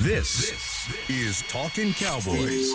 This, this is Talking Cowboys.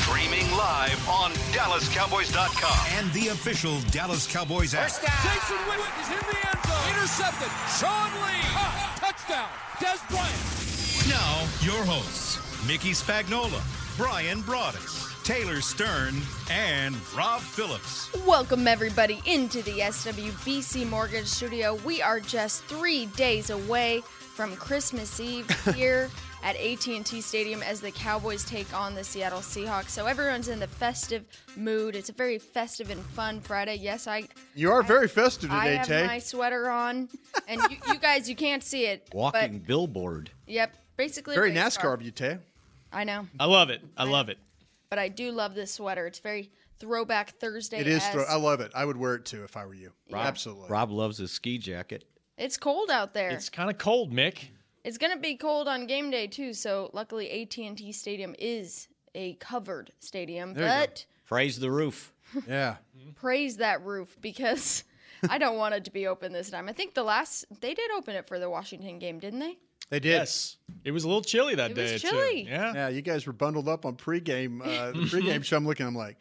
Streaming live on DallasCowboys.com. And the official Dallas Cowboys app. Jason Witten is in the end zone. Intercepted. Sean Lee. Caught. Touchdown. Des Bryant. Now, your hosts, Mickey Spagnola, Brian Broaddus. Taylor Stern, and Rob Phillips. Welcome, everybody, into the SWBC Mortgage Studio. We are just three days away from Christmas Eve here at AT&T Stadium as the Cowboys take on the Seattle Seahawks. So everyone's in the festive mood. It's a very festive and fun Friday. Yes, I. You are I, very festive today, I have Tay. my sweater on, and you, you guys, you can't see it. Walking but- billboard. Yep, basically. very race NASCAR car. of you, Tay. I know. I love it. I love it. but I do love this sweater. It's very throwback Thursday. It is. esque. Thro- I love it. I would wear it too if I were you. Absolutely. Rob loves his ski jacket. it's cold out there. It's It's, kind of cold, Mick. gonna be cold on game day too. So luckily, AT and T Stadium is a covered stadium. but Praise the roof. Yeah. praise that roof because I don't want it to be open this time. I think the last they did open it for the Washington game, didn't they? They did. Yes. It was a little chilly that It day. was too. chilly. Yeah. Yeah, you guys were bundled up on pregame. Uh, the Mm-hmm. pregame show. I'm looking. I'm like,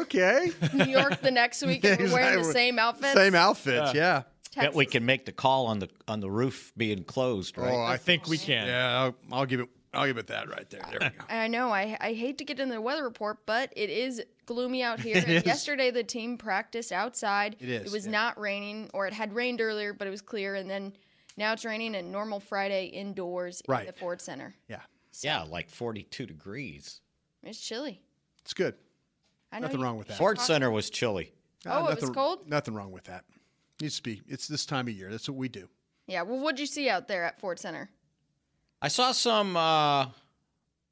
okay. New York the next week, and we're wearing the Exactly. same outfits. Same outfits. Yeah. Bet we Texas. can make the call on the on the roof being closed, right? Oh, I I think we can. Yeah, I'll, I'll give it. I'll give it that right there. There we go. I know. I, I hate to get in the weather report, but it is gloomy out here. And yesterday, the team practiced outside. It is, It was yeah. not raining, or it had rained earlier, but it was clear. And then now it's raining, and normal Friday indoors in Right. the Ford Center. Yeah, Yeah, like 42 degrees. It's chilly. it's good. I know Nothing you- wrong with that. Uh, Sports Center was chilly. Oh, it was nothing- cold? Nothing wrong with that. Needs to be. It's this time of year. That's what we do. Yeah. Well, what'd you see out there at Ford Center? I saw some uh,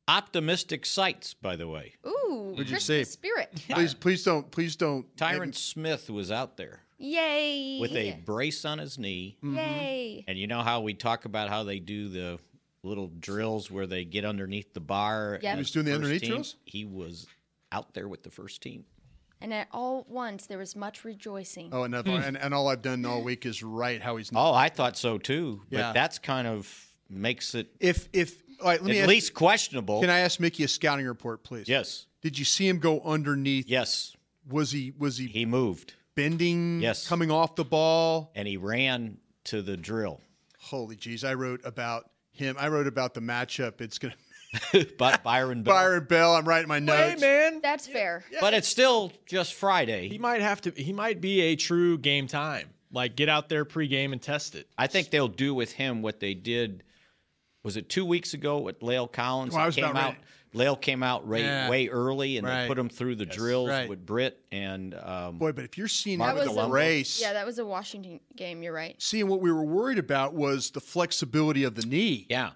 optimistic sights, by the way. Ooh, What'd you Christmas see? spirit. Please, please don't. Please don't. Tyron Smith was out there Yay. with a brace on his knee. Mm-hmm. Yay. And you know how we talk about how they do the little drills where they get underneath the bar? Yep. and He was doing the first underneath team- drills? He was out there with the first team. And at all once, there was much rejoicing. Oh, another. and, and all I've done all week is write how he's. Not. Oh, I thought so too. Yeah. But that's kind of makes it If if all right, let me at ask- least questionable. Can I ask Mickey a scouting report, please? yes. Did you see him go underneath? Yes. Was he was he, He moved bending? Yes. Coming off the ball. and he ran to the drill. Holy jeez! I wrote about him. I wrote about the matchup. It's gonna But Byron Bell. Byron Bell. I'm writing my Hey, notes. man. That's fair. But it's still just He Friday. might have to. He might be a true game time. Like get out there pregame and test it. I think they'll do with him what they did. Was it two weeks ago with Lale Collins? Well, I was He came about out. ready. Lale came out right, Yeah. way early, and Right. they put him through the drills Right. with Britt and um, Boy, but if you're seeing that That with was the a- race, Yeah, that was a Washington game. You're right. seeing what we were worried about was the flexibility of the knee. yeah.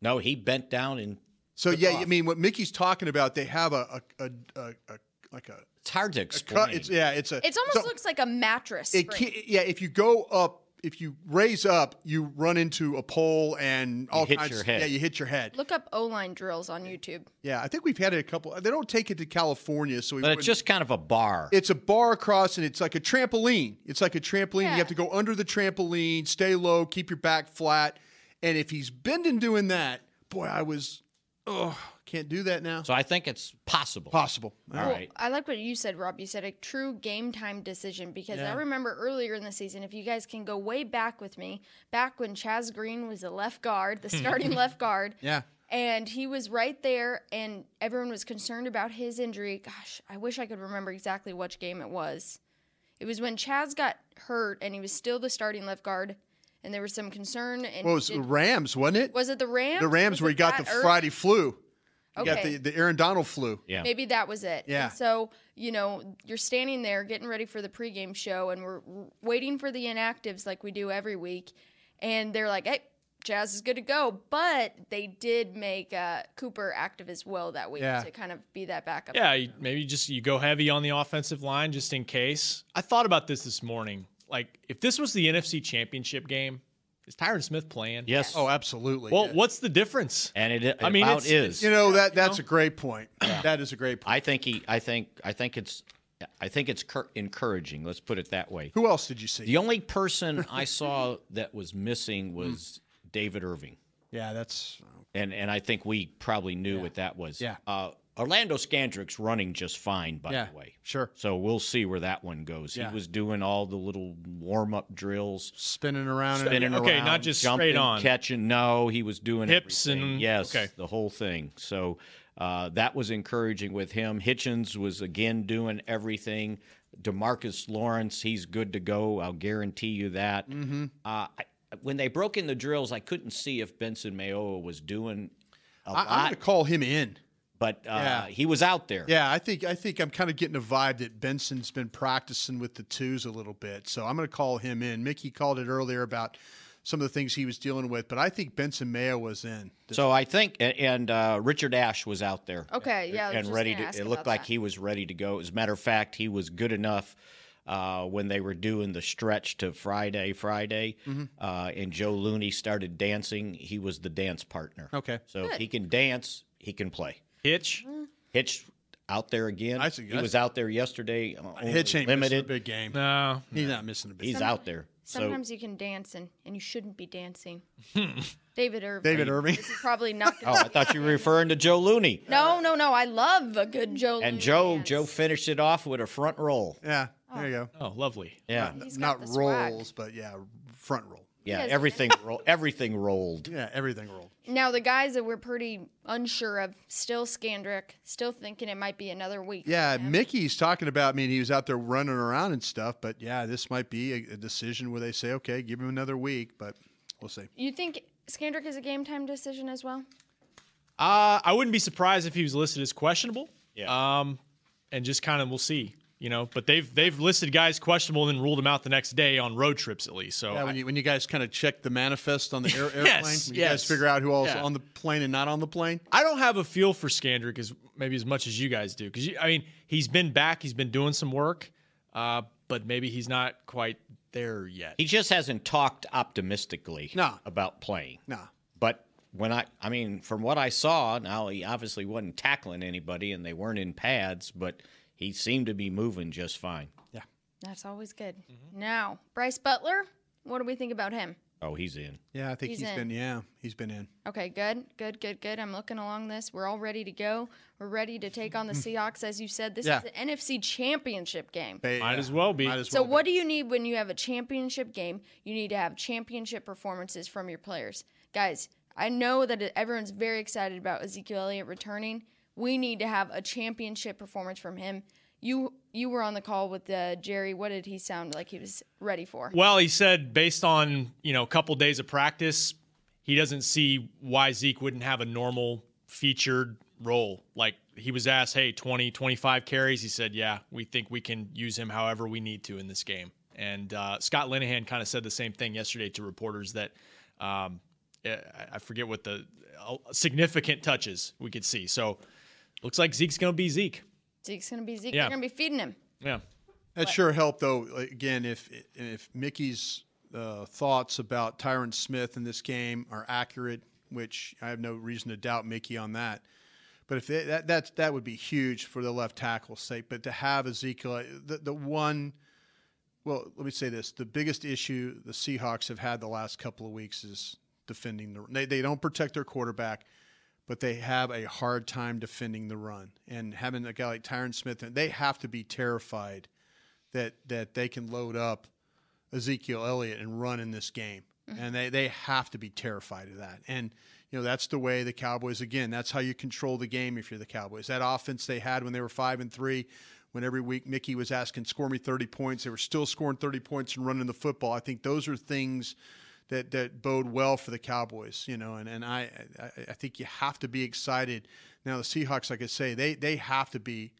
No, he bent down and So yeah, I mean, what Mickey's talking about, they have a a, a, a, a like a it's hard to cut. explain. It's yeah, it's a. It almost so looks like a mattress. It spring. can, yeah, if you go up, if you raise up, you run into a pole and all hit kinds. your head. Yeah, you hit your head. Look up O line drills on YouTube. Yeah, I think we've had it a couple. They don't take it to California, so we but wouldn't- it's just kind of a bar. it's a bar across and it's like a trampoline. It's like a trampoline. You have to go under the trampoline, stay low, keep your back flat. And if he's bending doing that, boy, I was, oh, can't do that now. so I think it's possible. Possible. All Well, right. I like what you said, Rob. You said a true game time decision because I remember earlier in the season, if you guys can go way back with me, back when Chaz Green was the left guard, the starting left guard. Yeah. And he was right there, and everyone was concerned about his injury. Gosh, I wish I could remember exactly which game it was. It was when Chaz got hurt, and he was still the starting left guard, and there was some concern. And What was he the did- Rams, wasn't it? was it the Rams? the Rams Was where it he got that the early? Friday flu. He got Okay. the, the Aaron Donald flu. Yeah. Maybe that was it. Yeah. And so, you know, you're standing there getting ready for the pregame show, and we're waiting for the inactives like we do every week. And they're like, hey, Jazz is good to go. But they did make uh, Cooper active as well that week Yeah. to kind of be that backup. Yeah, you, maybe just you go heavy on the offensive line just in case. I thought about this this morning. Like, if this was the NFC Championship game, is Tyron Smith playing? Yes. Oh, absolutely. Well, Yeah. what's the difference? and it, I mean, about it's- is. you know that that's a great point. That is a great point. I think he. I think. I think it's. I think it's cur- encouraging. Let's put it that way. Who else did you see? Hmm. The only person I saw that was missing was David Irving. Yeah, that's and and I think we probably knew what that was. Yeah. Uh, Orlando Scandrick's running just fine, by Yeah, the way. sure. So we'll see where that one goes. Yeah. He was doing all the little warm up drills, spinning around. and- spinning Okay, around, not just jumping, straight on. catching. No, he was doing Hips everything. and- yes, okay. the whole thing. So uh, that was encouraging with him. Hitchens was again doing everything. Demarcus Lawrence, he's good to go. I'll guarantee you that. Mm-hmm. Uh, I, when they broke in the drills, I couldn't see if Benson Mayoa was doing a I, lot I'm going to call him in. but uh, Yeah. he was out there. Yeah, I think I think I'm kind of getting a vibe that Benson's been practicing with the twos a little bit, so I'm going to call him in. Mickey called it earlier about some of the things he was dealing with, but I think Benson Mayo was in. So I think, a- and uh, Richard Ash was out there. Okay, yeah, I was and just ready gonna to. ask It looked about like that. he was ready to go. As a matter of fact, he was good enough uh, when they were doing the stretch to Friday, Friday, uh, and Joe Looney started dancing. He was the dance partner. Okay. so if he can dance, he can play. Hitch. Mm. Hitch out there again. I see- he was out there yesterday. uh, only Hitch ain't missing a limited. big game. No. He's not missing a big. He's game. out there. Sometimes you can dance and, and you shouldn't be dancing. David Irving. David Irving. This is probably not So, going oh, to I thought you were referring to Joe Looney. No, no, no. I love a good Joe. And Louis Joe, dance. Joe finished it off with a front roll. Yeah, there you go. Oh, lovely. Yeah. He's got Not the swag. rolls, but yeah, front roll. Yeah, Yes. everything roll, everything rolled. Yeah, everything rolled. Now the guys that we're pretty unsure of, still Skandrick, still thinking it might be another week. Yeah, Mickey's talking about. I mean, he was out there running around and stuff, but yeah, this might be a, a decision where they say, okay, give him another week, but we'll see. You think Skandrick is a game time decision as well? Uh, I wouldn't be surprised if he was listed as questionable. Yeah. Um, and just kind of we'll see, you know. But they've they've listed guys questionable and then ruled them out the next day on road trips at least. So Yeah, when you when you guys kind of check the manifest on the air, airplane, Yes, when you guys yes. figure out who all's Yeah. on the plane and not on the plane. I don't have a feel for Skandrick as maybe as much as you guys do because I mean he's been back, he's been doing some work, uh, but maybe he's not quite there yet. He just hasn't talked optimistically No. about playing. Nah. But when I, I mean, from what I saw, now he obviously wasn't tackling anybody, and they weren't in pads, but he seemed to be moving just fine. That's always good. Now Bryce Butler, what do we think about him? Oh, he's in. Yeah, I think He's he's in. been. Yeah, he's been in. Okay, good, good, good, good. I'm looking along this. We're all ready to go. We're ready to take on the Seahawks, as you said. This Yeah. is an NFC Championship game. They- Might yeah, as well be. Might as So well. what do you need when you have a championship game? You need to have championship performances from your players. Guys, I know that everyone's very excited about Ezekiel Elliott returning. We need to have a championship performance from him. You you were on the call with uh, Jerry. What did he sound like he was ready for? Well, he said based on you know a couple days of practice, he doesn't see why Zeke wouldn't have a normal featured role. Like he was asked, "Hey, 20, 25 carries?" He said, "Yeah, we think we can use him however we need to in this game." And uh, Scott Linehan kind of said the same thing yesterday to reporters that um, I I forget what the uh, significant touches we could see. So looks like Zeke's going to be Zeke. Zeke's gonna be Zeke. Yeah. They're gonna be feeding him. Yeah. That sure helped though. Again, if if Mickey's uh, thoughts about Tyron Smith in this game are accurate, which I have no reason to doubt Mickey on that. But if they, that that's that would be huge for the left tackle's sake. But to have Ezekiel, the, the one, well, let me say this: the biggest issue the Seahawks have had the last couple of weeks is defending the. They, they don't protect their quarterback but they have a hard time defending the run. And having a guy like Tyron Smith, they have to be terrified that that they can load up Ezekiel Elliott and run in this game. And they, they have to be terrified of that. And, you know, that's the way the Cowboys, again, that's how you control the game if you're the Cowboys. That offense they had when they were five and three, when every week Mickey was asking, score me 30 points, they were still scoring 30 points and running the football. I think those are things that that bode well for the Cowboys, you know, and, and I, I I think you have to be excited. Now the Seahawks, like I say, they they have to be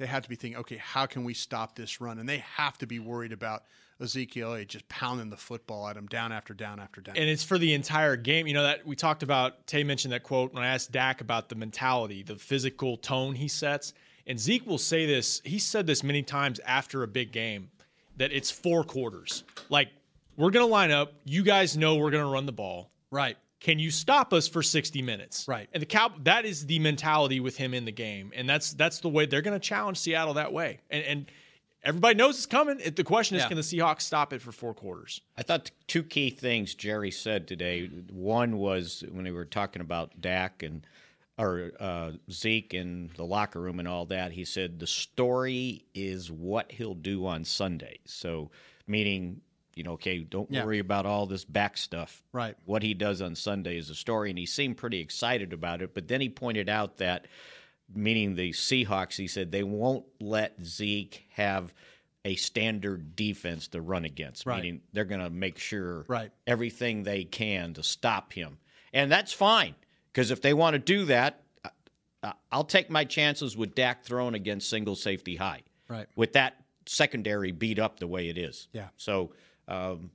they have to be thinking, okay, how can we stop this run? And they have to be worried about Ezekiel Elliott just pounding the football at him down after down after down. and it's for the entire game. You know that we talked about. Tay mentioned that quote when I asked Dak about the mentality, the physical tone he sets. And Zeke will say this. He said this many times after a big game that it's four quarters. Like we're gonna line up. You guys know we're gonna run the ball. right. Can you stop us for 60 minutes? Right. And the cow that is the mentality with him in the game. And that's that's the way they're gonna challenge Seattle that way. And and everybody knows it's coming. It, the question is, Yeah. can the Seahawks stop it for four quarters? I thought two key things Jerry said today. One was when they were talking about Dak and or uh, Zeke and the locker room and all that. He said the story is what he'll do on Sunday. So, meaning, you know, okay, don't Yeah. worry about all this back stuff. Right. What he does on Sunday is a story, and he seemed pretty excited about it. But then he pointed out that meaning the Seahawks, he said they won't let Zeke have a standard defense to run against. Right. Meaning they're going to make sure Right. everything they can to stop him. And that's fine because if they want to do that, I- I- I'll take my chances with Dak thrown against single safety high. Right. With that secondary beat up the way it is. Yeah. So um,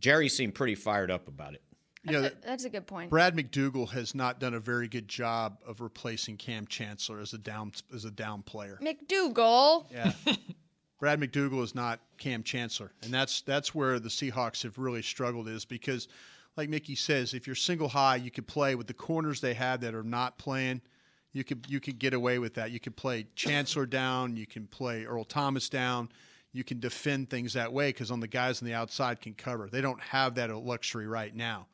Jerry seemed pretty fired up about it. Yeah, that- That's a good point. Brad McDougal has not done a very good job of replacing Cam Chancellor as a down as a down player. McDougal. Yeah. Brad McDougal is not Cam Chancellor, and that's that's where the Seahawks have really struggled is because, like Mickey says, if you're single high, you could play with the corners they have that are not playing. You could you could get away with that. You could play Chancellor down. You can play Earl Thomas down. You can defend things that way because on the guys on the outside can cover. They don't have that luxury right now.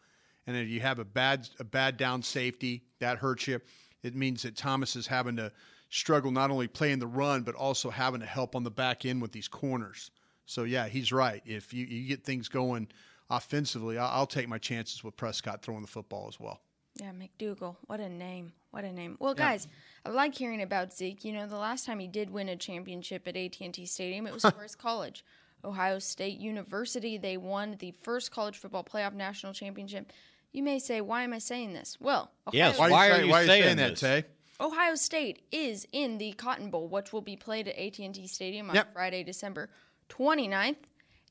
And if you have a bad a bad down safety, that hurts you. It means that Thomas is having to struggle not only playing the run but also having to help on the back end with these corners. So yeah, he's right. If you, you get things going offensively, I- I'll take my chances with Prescott throwing the football as well. Yeah, McDougal. What a name. What a name. Well, guys, I like hearing about Zeke. You know, the last time he did win a championship at AT&T Stadium, it was for his college, Ohio State University. They won the first college football playoff national championship. You may say, why am I saying this? Well, Ohio, Yes, Why are you saying this? Tay? Ohio State is in the Cotton Bowl, which will be played at AT&T Stadium on Yep. Friday, December 29th,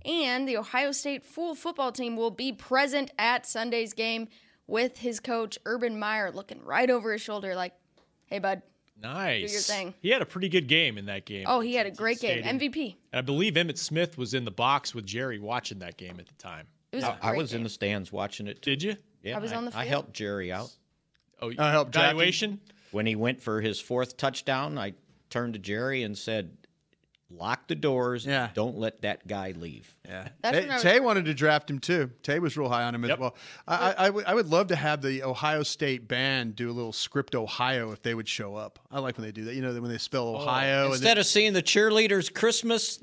and the Ohio State full football team will be present at Sunday's game with his coach Urban Meyer looking right over his shoulder like, "Hey bud." Nice. thing. He had a pretty good game in that game. Oh, he had a great game. Stadium. MVP. And I believe Emmett Smith was in the box with Jerry watching that game at the time. It was a I, I great was in game. the stands watching it. Too. Did you? Yeah, I was on the I field. helped Jerry out. Oh, I helped Jackie. evaluation. when he went for his fourth touchdown, I turned to Jerry and said, "Lock the doors. Yeah. Don't let that guy leave." Yeah, That's Tay, when I was- Tay wanted to draft him too. Tay was real high on him as Yep. well. I, I, I, would, I would love to have the Ohio State band do a little script Ohio if they would show up. I like when they do that. You know, when they Oh, spell Ohio and Instead of seeing the cheerleaders Christmas,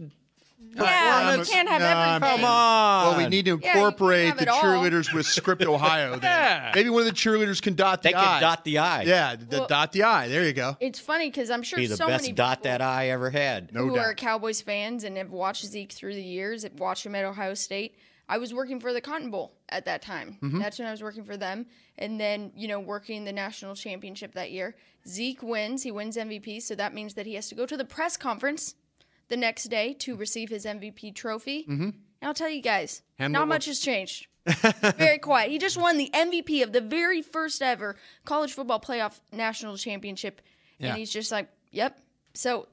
Yeah, you Performance? can't have Nah, I'm- everything. Come Well, we need to Yeah, you incorporate can't have the it all. cheerleaders with Script Ohio. Then. Yeah. Maybe one of the cheerleaders can dot the they could I. dot the I. Yeah, the, Well- dot the I. There you go. It's funny because I'm sure Be the so many best dot people that I ever had. No who doubt. are Cowboys fans and have watched Zeke through the years, have watched him at Ohio State. I was working for the Cotton Bowl at that time. Mm-hmm. That's when I was working for them. And then, you know, working the national championship that year. Zeke wins. He wins MVP. So that means that he has to go to the press conference the next day to receive his MVP trophy. Mm-hmm. And I'll tell you guys, Hamlet not much has changed. very quiet. He just won the MVP of the very first ever college football playoff national championship. Yeah. And he's just like, yep. So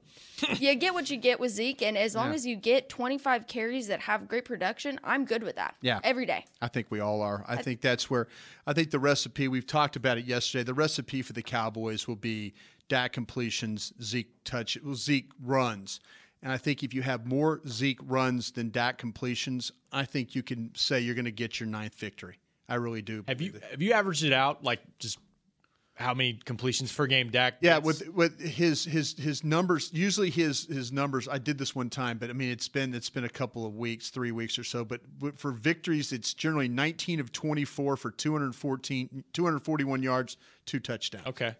you get what you get with Zeke, and as long as you get 25 carries that have great production, I'm good with that. Yeah. every day. I think we all are. I think that's where I think the recipe we've talked about it yesterday. The recipe for the Cowboys will be Dak completions, Zeke touch, well, Zeke runs, and I think if you have more Zeke runs than Dak completions, I think you can say you're going to get your ninth victory. I really do. Have you believe it. have you averaged it out like just how many completions per game Dak? Yeah, gets? with with his his his numbers. Usually his his numbers. I did this one time, but I mean it's been it's been a couple of weeks, three weeks or so. But w- for victories, it's generally 19 of 24 for 214, 241 yards, two touchdowns. okay.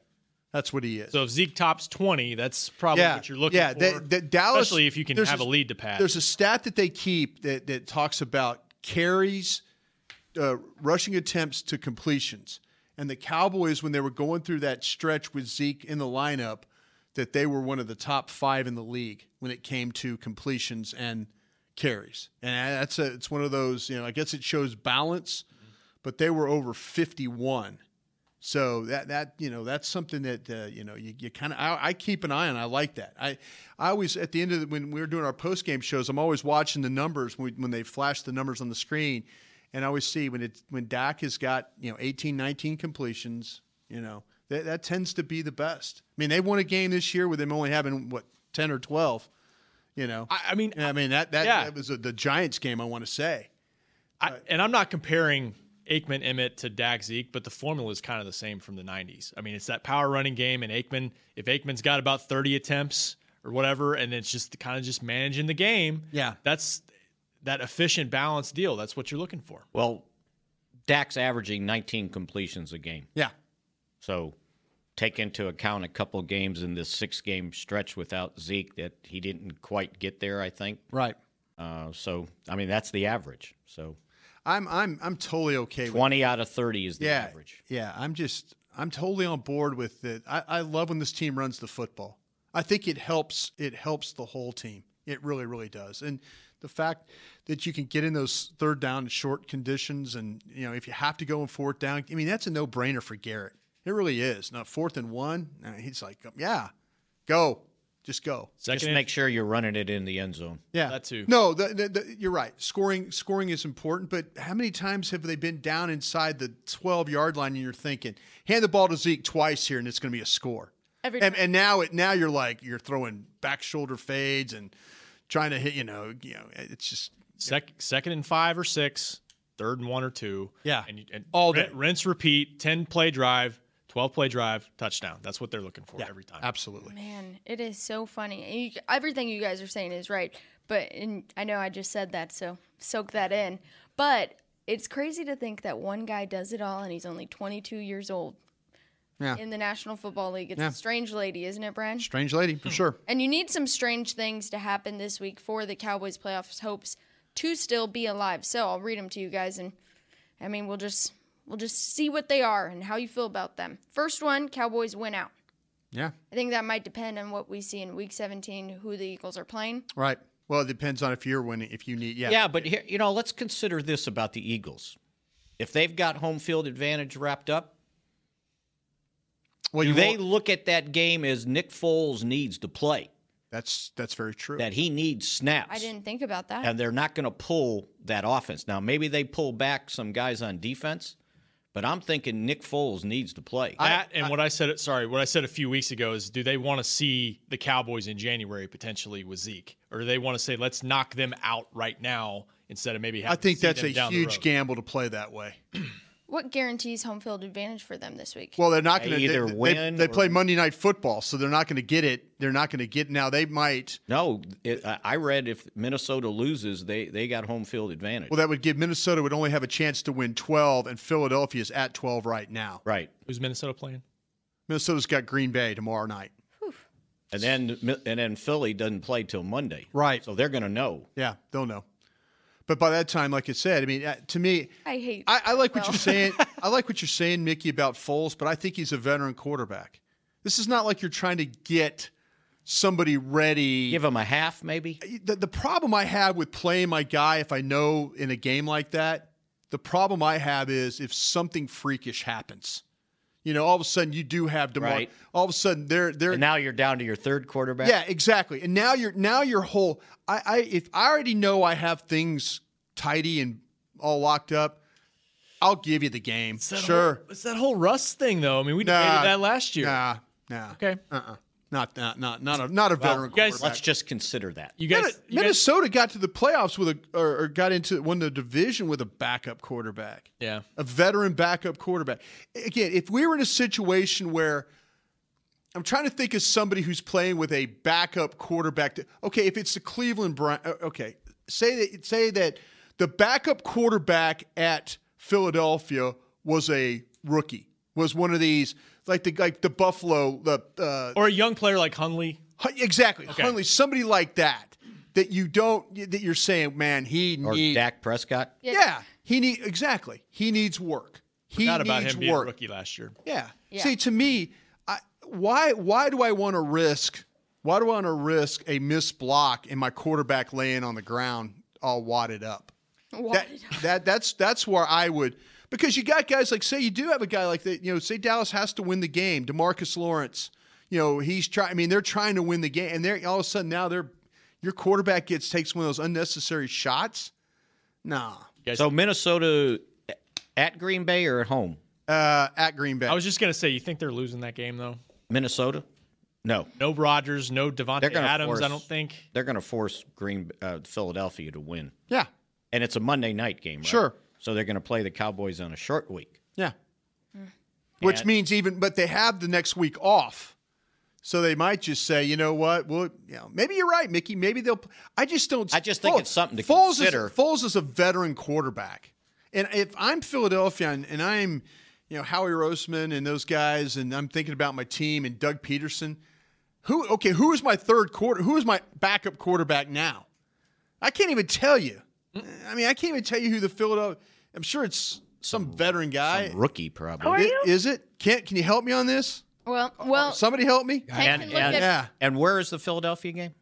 That's what he is. So if Zeke tops twenty, that's probably yeah, what you're looking yeah. for. that- that Dallas, especially if you can there's have a lead to pass. There's a stat that they keep that that talks about carries, uh, rushing attempts to completions, and the Cowboys when they were going through that stretch with Zeke in the lineup, that they were one of the top five in the league when it came to completions and carries. And that's a, it's one of those you know I guess it shows balance, but they were over 51. So that that you know that's something that uh, you know you, you kind of I, I keep an eye on. I like that. I I always at the end of the, when we were doing our post game shows, I'm always watching the numbers when, we, when they flash the numbers on the screen, and I always see when it when Dak has got you know 18, 19 completions. You know that that tends to be the best. I mean, they won a game this year with him only having what 10 or 12. You know, I, I mean, And I mean that that, Yeah. that was the Giants game. I want to say I, and I'm not comparing Aikman Emmett to Dak Zeke, but the formula is kind of the same from the 90s. I mean, it's that power running game, and Aikman, if Aikman's got about 30 attempts or whatever, and it's just kind of just managing the game. Yeah. That's that efficient, balanced deal. That's what you're looking for. Well, Dak's averaging 19 completions a game. yeah. So take into account a couple games in this six game stretch without Zeke that he didn't quite get there, I think. Right. Uh, so, I mean, that's the average. So I'm I'm I'm totally okay with 20 out of 30 is the yeah, average. Yeah, I'm just I'm totally on board with it. I, I love when this team runs the football. I think it helps it helps the whole team. It really, really does. And the fact that you can get in those third down and short conditions and you know, if you have to go in fourth down, I mean that's a no brainer for Garrett. It really is. Not fourth and one. I mean, he's like, Yeah, go. Just go. Second Just and- make sure you're running it in the end zone. Yeah, That too. No, the, the, the, you're right. Scoring scoring is important, but how many times have they been down inside the 12 yard line? And you're thinking, hand the ball to Zeke twice here, and it's going to be a score. Every and, time. and now it now you're like you're throwing back shoulder fades and trying to hit. You know, you know, it's just Sec- second and five or six, third and one or two. Yeah. And, you- and All all day. rinse, repeat, 10 play drive, 12 play drive, touchdown. That's what they're looking for every time. absolutely. Man, it is so funny. And You, everything you guys are saying is right, but and I know I just said that, so soak that in. But it's crazy to think that one guy does it all, and he's only 22 years old. Yeah. In the National Football League, it's Yeah. a strange lady, isn't it, Brad? Strange lady for sure. Hmm. And you need some strange things to happen this week for the Cowboys' playoffs hopes to still be alive. So I'll read them to you guys, and I mean we'll just we'll just see what they are and how you feel about them. First one, Cowboys win out. Yeah, I think that might depend on what we see in Week 17, who the Eagles are playing. right. Well, it depends on if you're winning. If you need, yeah, Yeah, but here, you know, let's consider this about the Eagles. If they've got home field advantage wrapped up, Well, do you they won't- look at that game as Nick Foles needs to play, that's that's very true. that he needs snaps? I didn't think about that. and they're not going to pull that offense. Now, maybe they pull back some guys on defense, but I'm thinking Nick Foles needs to play. That and what I said, sorry, what I said a few weeks ago is, do they want to see the Cowboys in January potentially with Zeke, or do they want to say, let's knock them out right now instead of maybe? I Having think to see that's them a down the huge road? gamble to play that way. what guarantees home field advantage for them this week? Well, they're not They going to either they, win They, or- play Monday night football, so they're not going to get it. They're not going to get now. They might. no, it, I- I read if Minnesota loses, they they got home field advantage. Well, that would give Minnesota would only have a chance to win 12, and Philadelphia's at 12 right now. right, Who's Minnesota playing? Minnesota's got Green Bay tomorrow night. and then and then Philly doesn't play till Monday. Right. so they're going to know. Yeah, they'll know. But by that time, like I said, I mean, uh, to me, I hate. I, I like what Well. you're saying. I like what you're saying, Mickey, about Foles, but I think he's a veteran quarterback. This is not like you're trying to get somebody ready. Give them a half, maybe. the, the problem I have with playing my guy if I know in a game like that, the problem I have is if something freakish happens. You know, all of a sudden you do have DeMar. Right. All of a sudden they're they're And now you're down to your third quarterback. yeah, exactly. And now you're now your whole I, I if I already know I have things tidy and all locked up, I'll give you the game. Sure. it's that whole Rust thing though. I mean, we Nah. debated that last year. Nah, nah. Uh-uh. Okay, Not not not not a not a veteran you guys- quarterback. let's just consider that. you guys, Minne- you guys- Minnesota got to the playoffs with a or, or got into won the division with a backup quarterback, yeah. a veteran backup quarterback. Again, if we were in a situation where I'm trying to think of somebody who's playing with a backup quarterback. that- okay, if it's the Cleveland Brown, okay, say that say that the backup quarterback at Philadelphia was a rookie, was one of these like the like the Buffalo the uh, Or a young player like Hunley. Hun- Exactly. Hunley, somebody like that that you don't that you're saying, man, he or needs Dak Prescott. Yeah. He need exactly. He needs work. He Not needs about him being a work. rookie last year. Yeah. Yeah. See, to me, I, why why do I want to risk why do I want to risk a missed block and my quarterback laying on the ground all wadded up? That, that that's that's where I would because you got guys like say you do have a guy like that you know say Dallas has to win the game Demarcus Lawrence you know he's trying I mean they're trying to win the game and they're all of a sudden now they're your quarterback gets takes one of those unnecessary shots nah So Minnesota at Green Bay or at home? uh, at Green Bay I was just gonna say, you think they're losing that game though? Minnesota? No, No Rodgers, no They're Devontae gonna Adams, force- I don't think. they're going to force Green uh, Philadelphia to win, Yeah. and it's a Monday night game, right? Sure. So they're going to play the Cowboys on a short week. Yeah. Mm. Which And- means even, but they have the next week off. So they might just say, you know what? Well, you know, maybe you're right, Mickey. Maybe they'll. I just don't. I just think it's something to Foles consider. Is, Foles is a veteran quarterback, and if I'm Philadelphia and, and I'm, you know, Howie Roseman and those guys, and I'm thinking about my team and Doug Peterson, who? Okay, who is my third quarter? Who is my backup quarterback now? I can't even tell you. Mm. I mean, I can't even tell you who the Philadelphia. I'm sure it's some veteran guy. Rookie probably. I- Is it? Can can you help me on this? Well, well, Somebody help me. Hank And- can look and- at- Oh, Yeah. And where is the Philadelphia game?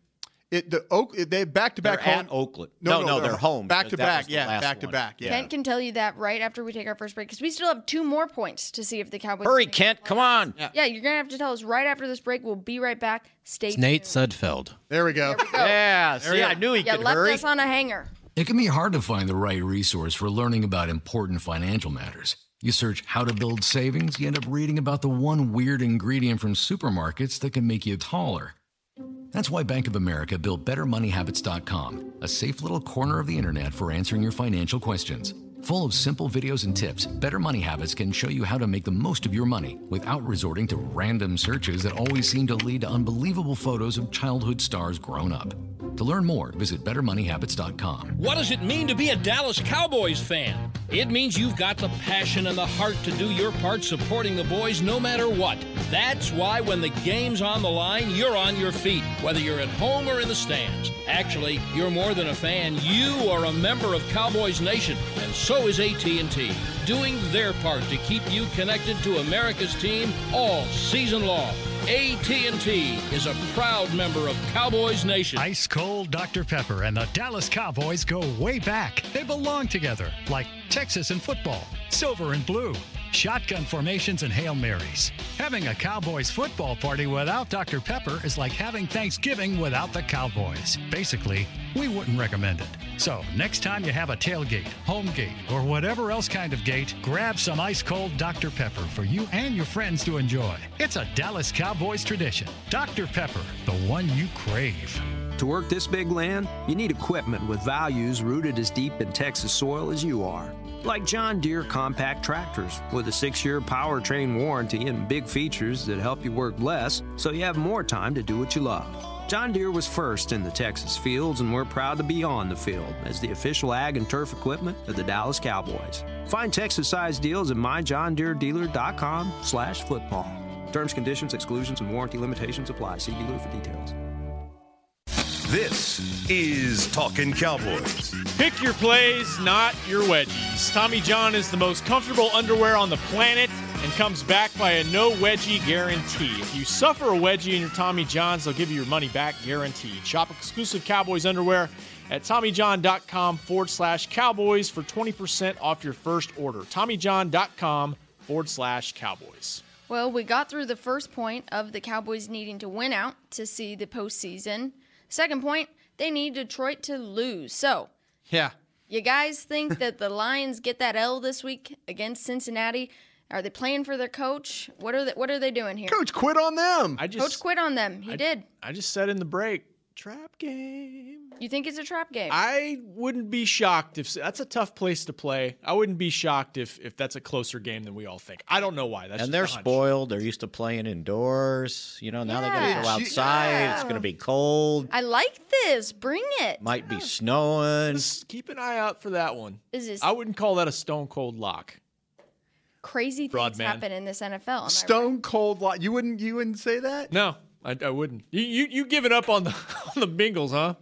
It the Oak they back to They're back home. at Oakland. No, no, they're home. Back to because that back. was the Yeah, last back to one. back. Yeah. Kent can tell you that right after we take our first break because we still have two more points to see if the Cowboys. Hurry, Kent, come on. Yeah, you're gonna have to tell us right after this break. We'll be right back. Stay. It's Nate tuned. Sudfeld. There we go. Yeah, see, I knew he You could left hurry. us on a hanger. It can be hard to find the right resource for learning about important financial matters. You search how to build savings, you end up reading about the one weird ingredient from supermarkets that can make you taller. That's why Bank of America built BetterMoneyHabits.com, a safe little corner of the internet for answering your financial questions. Full of simple videos and tips, Better Money Habits can show you how to make the most of your money without resorting to random searches that always seem to lead to unbelievable photos of childhood stars grown up. To learn more, visit BetterMoneyHabits.com. What does it mean to be a Dallas Cowboys fan? It means you've got the passion and the heart to do your part supporting the boys no matter what. That's why when the game's on the line, you're on your feet, whether you're at home or in the stands. Actually, you're more than a fan. You are a member of Cowboys Nation, and so is AT&T, doing their part to keep you connected to America's team all season long. AT&T is a proud member of Cowboys Nation. Ice Cold Dr. Pepper and the Dallas Cowboys go way back. They belong together, like Texas and football, silver and blue, shotgun formations and Hail Marys. Having a Cowboys football party without Dr. Pepper is like having Thanksgiving without the Cowboys. Basically, we wouldn't recommend it. So, next time you have a tailgate, home gate, or whatever else kind of gate, grab some ice cold Dr. Pepper for you and your friends to enjoy. It's a Dallas Cowboys tradition. Dr. Pepper, the one you crave. To work this big land, you need equipment with values rooted as deep in Texas soil as you are. Like John Deere compact tractors with a six year powertrain warranty and big features that help you work less so you have more time to do what you love. John Deere was first in the Texas fields, and we're proud to be on the field as the official ag and turf equipment of the Dallas Cowboys. Find Texas-sized deals at myjohndeeredealer.com slash football. Terms, conditions, exclusions, and warranty limitations apply. See dealer for details. This is Talking Cowboys. Pick your plays, not your wedgies. Tommy John is the most comfortable underwear on the planet and comes back by a no wedgie guarantee. If you suffer a wedgie in your Tommy John's, they'll give you your money back guaranteed. Shop exclusive Cowboys underwear at TommyJohn.com forward slash Cowboys for 20% off your first order. TommyJohn.com forward slash Cowboys. Well, we got through the first point of the Cowboys needing to win out to see the postseason. Second point, they need Detroit to lose. So, yeah. you guys think that the Lions get that L this week against Cincinnati? Are they playing for their coach? What are they, what are they doing here? Coach, quit on them. I Coach just, quit on them. He did. I just said in the break, trap game. You think it's a trap game? I wouldn't be shocked if that's a tough place to play. I wouldn't be shocked if if that's a closer game than we all think. I don't know why. That's just And a they're hunch. spoiled. They're used to playing indoors. You know, now they're Yeah. going to go She- outside. It's going to be cold. I like this. Bring it. Might be snowing. Just keep an eye out for that one. Is this I wouldn't call that a stone cold lock. crazy things Broadman. happen in this NFL? am I right? Stone cold lot. You wouldn't you wouldn't say that? No, I, I wouldn't. You, you you giving up on the on the Bengals, huh?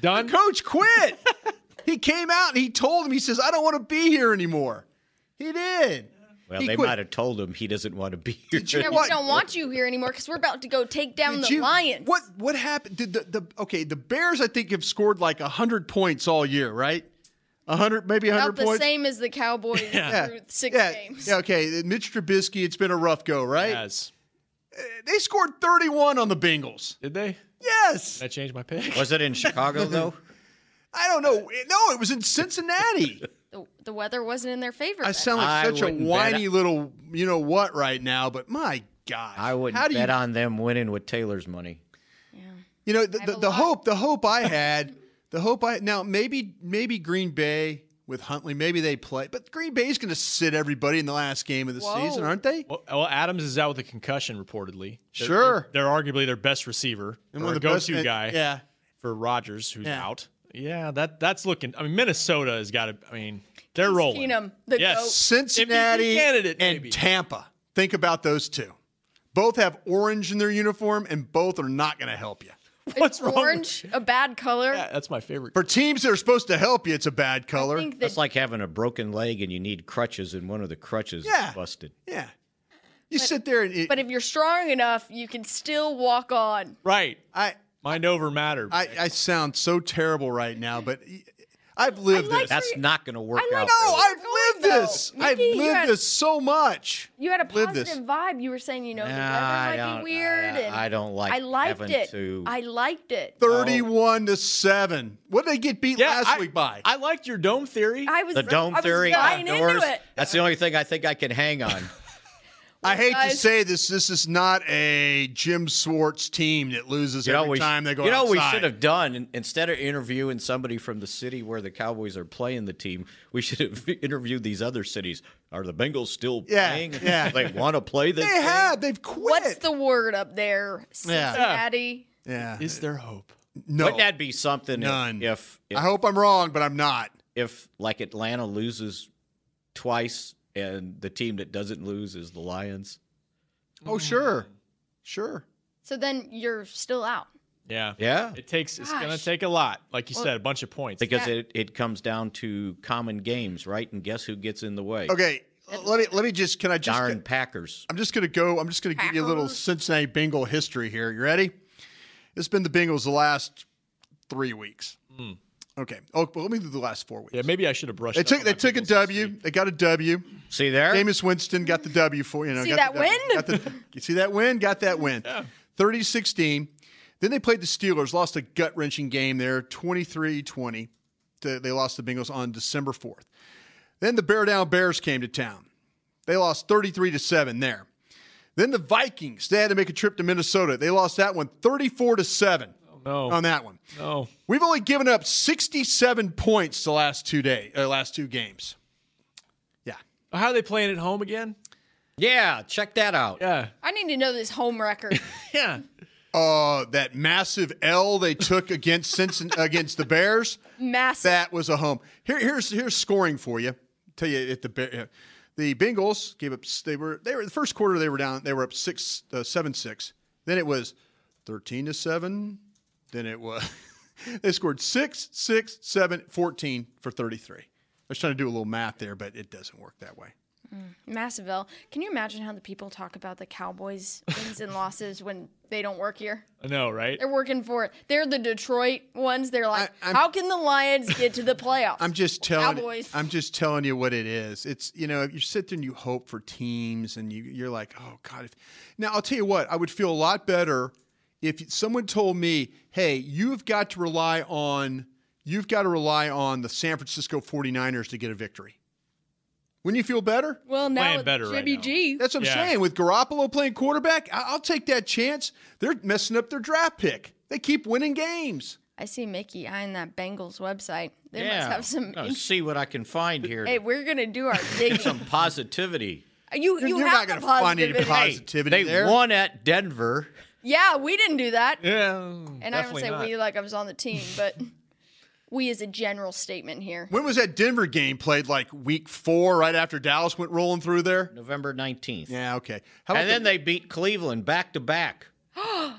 Done. Coach, quit. he came out and he told him, he says, I don't want to be here anymore. He did. Well, He they quit. might have told him he doesn't want to be here. Did you Yeah, What- we don't want you here anymore because we're about to go take down Did the you- Lions. What what happened? Did the, the okay? The Bears, I think, have scored like hundred points all year, right? hundred, maybe About hundred the points. same as the Cowboys Yeah. through six yeah. games. Yeah, okay. Mitch Trubisky, it's been a rough go, right? As They scored 31 on the Bengals. did they? Did Yes. I change my pick? Was it in Chicago, though? I don't know. No, it was in Cincinnati. The, the weather wasn't in their favor. I then. sound like I such a wouldn't bet whiny it. little, you know what, right now, but my gosh. I wouldn't How do bet you- on them winning with Taylor's money. You know, the, the, the hope, the hope I had, the hope I now maybe maybe Green Bay with Huntley, maybe they play, but Green Bay's going to sit everybody in the last game of the Whoa. season, aren't they? Well, well, Adams is out with a concussion reportedly. They're- Sure. they're, they're arguably their best receiver And or one a of the best- go-to and- guy. yeah. for Rodgers, who's Yeah. out. Yeah, that that's looking. I mean, Minnesota has got to. I mean, they're rolling. Keenum, the Yes. goat. Cincinnati MVP candidate, and maybe. Tampa. Think about those two. Both have orange in their uniform, and both are not going to help you. What's wrong? with- Orange, a bad color. Yeah, that's my favorite. For teams that are supposed to help you, it's a bad I color. think that That's like having a broken leg and you need crutches, and one of the crutches Yeah. is busted. yeah. You sit there and it, But if you're strong enough, you can still walk on. Right, I, mind over matter. I I sound so terrible right now, but I've lived like this. that- That's not going to work I like how out. No, really. you're I've going, lived though. this. Mickey, I've you lived had- this so much. You had a Lived this. positive vibe. You were saying, you know, Nah, the weather I might don't- be weird. I- and I don't like I liked having it. to- I liked it. 31 to 7. What did they get beat yeah, last I, week by? I liked your dome theory. I was the dome I was theory buying into outdoors. it. That's the only thing I think I can hang on. I hate to guys- say this. This is not a Jim Swartz team that loses You know, every we, time they go you know we outside. should have done in- instead of interviewing somebody from the city where the Cowboys are playing the team, we should have interviewed these other cities. Are the Bengals still Yeah, playing? yeah. they want to play this. They thing? have. They've quit. What's the word up there? Yeah. Cincinnati. yeah. Is there hope? no. Wouldn't that be something? if- None. If if, I hope I'm wrong, but I'm not. if like Atlanta loses twice and the team that doesn't lose is the Lions. Oh, sure. Sure. So then you're still out. Yeah, Yeah. It takes. It's gonna Gosh. take a lot, like you said, a bunch of points. Because it, it comes down to common games, right? And guess who gets in the way? Okay. Let me let me just can I just Darn Packers. I'm just going to go. I'm just going to give you a little Packers. Cincinnati Bengal history here. You ready? It's been the Bengals the last three weeks. Okay. Oh, well, let me do the last four weeks. yeah, maybe I should have brushed. they up took on they my took a Bengals this W. week. They got a W. See there? Jameis Winston got the W for you know. See got the that W. win? Got the- you see that win? Got that win. 30-16. Then they played the Steelers. Lost a gut wrenching game there, 23-20. To, they lost the Bengals on December fourth. Then the Bear Down Bears came to town. They lost 33 to 7 there. Then the Vikings, they had to make a trip to Minnesota. They lost that one 34 to 7 No, on that one. no. We've only given up 67 points the last two day, uh, last two games. Yeah. How are they playing at home again? yeah, check that out. Yeah, I need to know this home record. yeah. Uh, that massive L they took against Cincinnati, against the Bears. Massive. That was a home. Here, here's here's scoring for you. Tell you at the Bear- the Bengals gave up. They were they were the first quarter. They were down. They were up six uh, seven six. Then it was thirteen to seven. Then it was they scored six six seven 14 for thirty three. I was trying to do a little math there, but it doesn't work that way. Massive L. Can you imagine how the people talk about the Cowboys wins and losses when they don't work here? I know, right? They're working for it. They're the Detroit ones. They're like, I- I'm- how can the Lions get to the playoffs? I'm just telling. Cowboys. I'm just telling you what it is. It's you know you sit there and you hope for teams and you you're like oh god. If, now I'll tell you what I would feel a lot better if someone told me hey you've got to rely on you've got to rely on the San Francisco 49ers to get a victory. Wouldn't you feel better? well, now playing it's better right now. JBG. That's what I'm Yeah. saying. With Garoppolo playing quarterback, I- I'll take that chance. They're messing up their draft pick. They keep winning games. I see Mickey eyeing that Bengals website. They yeah. must have some. Oh, I'll see what I can find here. hey, we're gonna do our digging. Some positivity. you You're, you you're have not going the to find any positivity. positivity They there. won at Denver. Yeah, we didn't do that. Yeah, and I don't say we like I was on the team, but we is a general statement here. When was that Denver game played? Like week four, right after Dallas went rolling through there. November 19th. Yeah, okay. How about And then the- they beat Cleveland back to back. how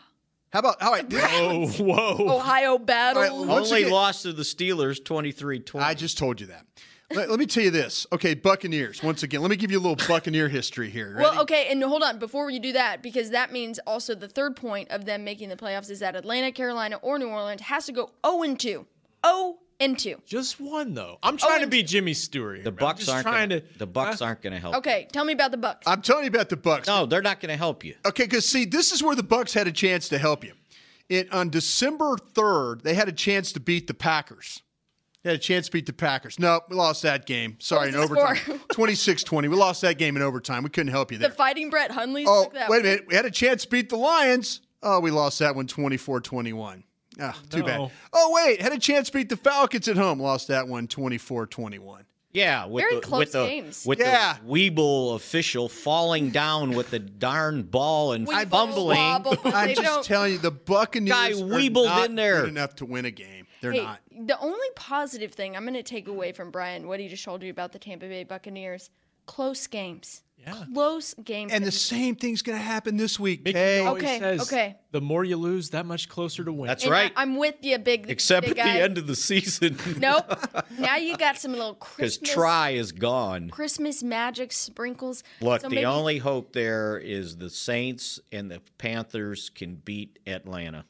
about how about Oh, whoa. Ohio battle. All right, Once Only again- lost to the Steelers 23 20. I just told you that. Let, let me tell you this. Okay, Buccaneers. Once again, let me give you a little Buccaneer history here. Ready? Well, okay, and hold on before you do that, because that means also the third point of them making the playoffs is that Atlanta, Carolina, or New Orleans has to go 0 and 2. 0 and 2. Just one though. I'm trying to Oh, and- be Jimmy Stewart. Here, the man. I'm Bucks just aren't trying gonna, to. the Bucks aren't going to help. Okay, tell me about the Bucks. I'm telling you about the Bucks. No, they're not going to help you. Okay, because see, this is where the Bucks had a chance to help you. It on December third, they had a chance to beat the Packers, They had a chance to beat the Packers. No, we lost that game. Sorry, in What was the overtime. score? 26-20. We lost that game in overtime. We couldn't help you The there. fighting Brett Hundley. Oh, took that wait a one. minute. We had a chance to beat the Lions. Oh, we lost that one 24-21. Ah, too bad. No. Oh, wait. Had a chance to beat the Falcons at home. Lost that one 24-21. Yeah, with Very the close with the games. with Yeah. the Weeble official falling down with the darn ball and Weeble, fumbling. wobble, but I'm they just don't- telling you, the Buccaneers Guy are weebled not in there. good enough to win a game. They're Hey, not. the only positive thing I'm going to take away from Brian what he just told you about the Tampa Bay Buccaneers: close games. Yeah. Close games. And the that- same thing's going to happen this week. Mickey Kay. always Okay, says, okay. The more you lose, that much closer to win. That's and right. I, am with you, big. Except big at guy. the end of the season, Nope. now you got some little because Christmas try is gone. Christmas magic sprinkles. Look, So the maybe- only hope there is the Saints and the Panthers can beat Atlanta.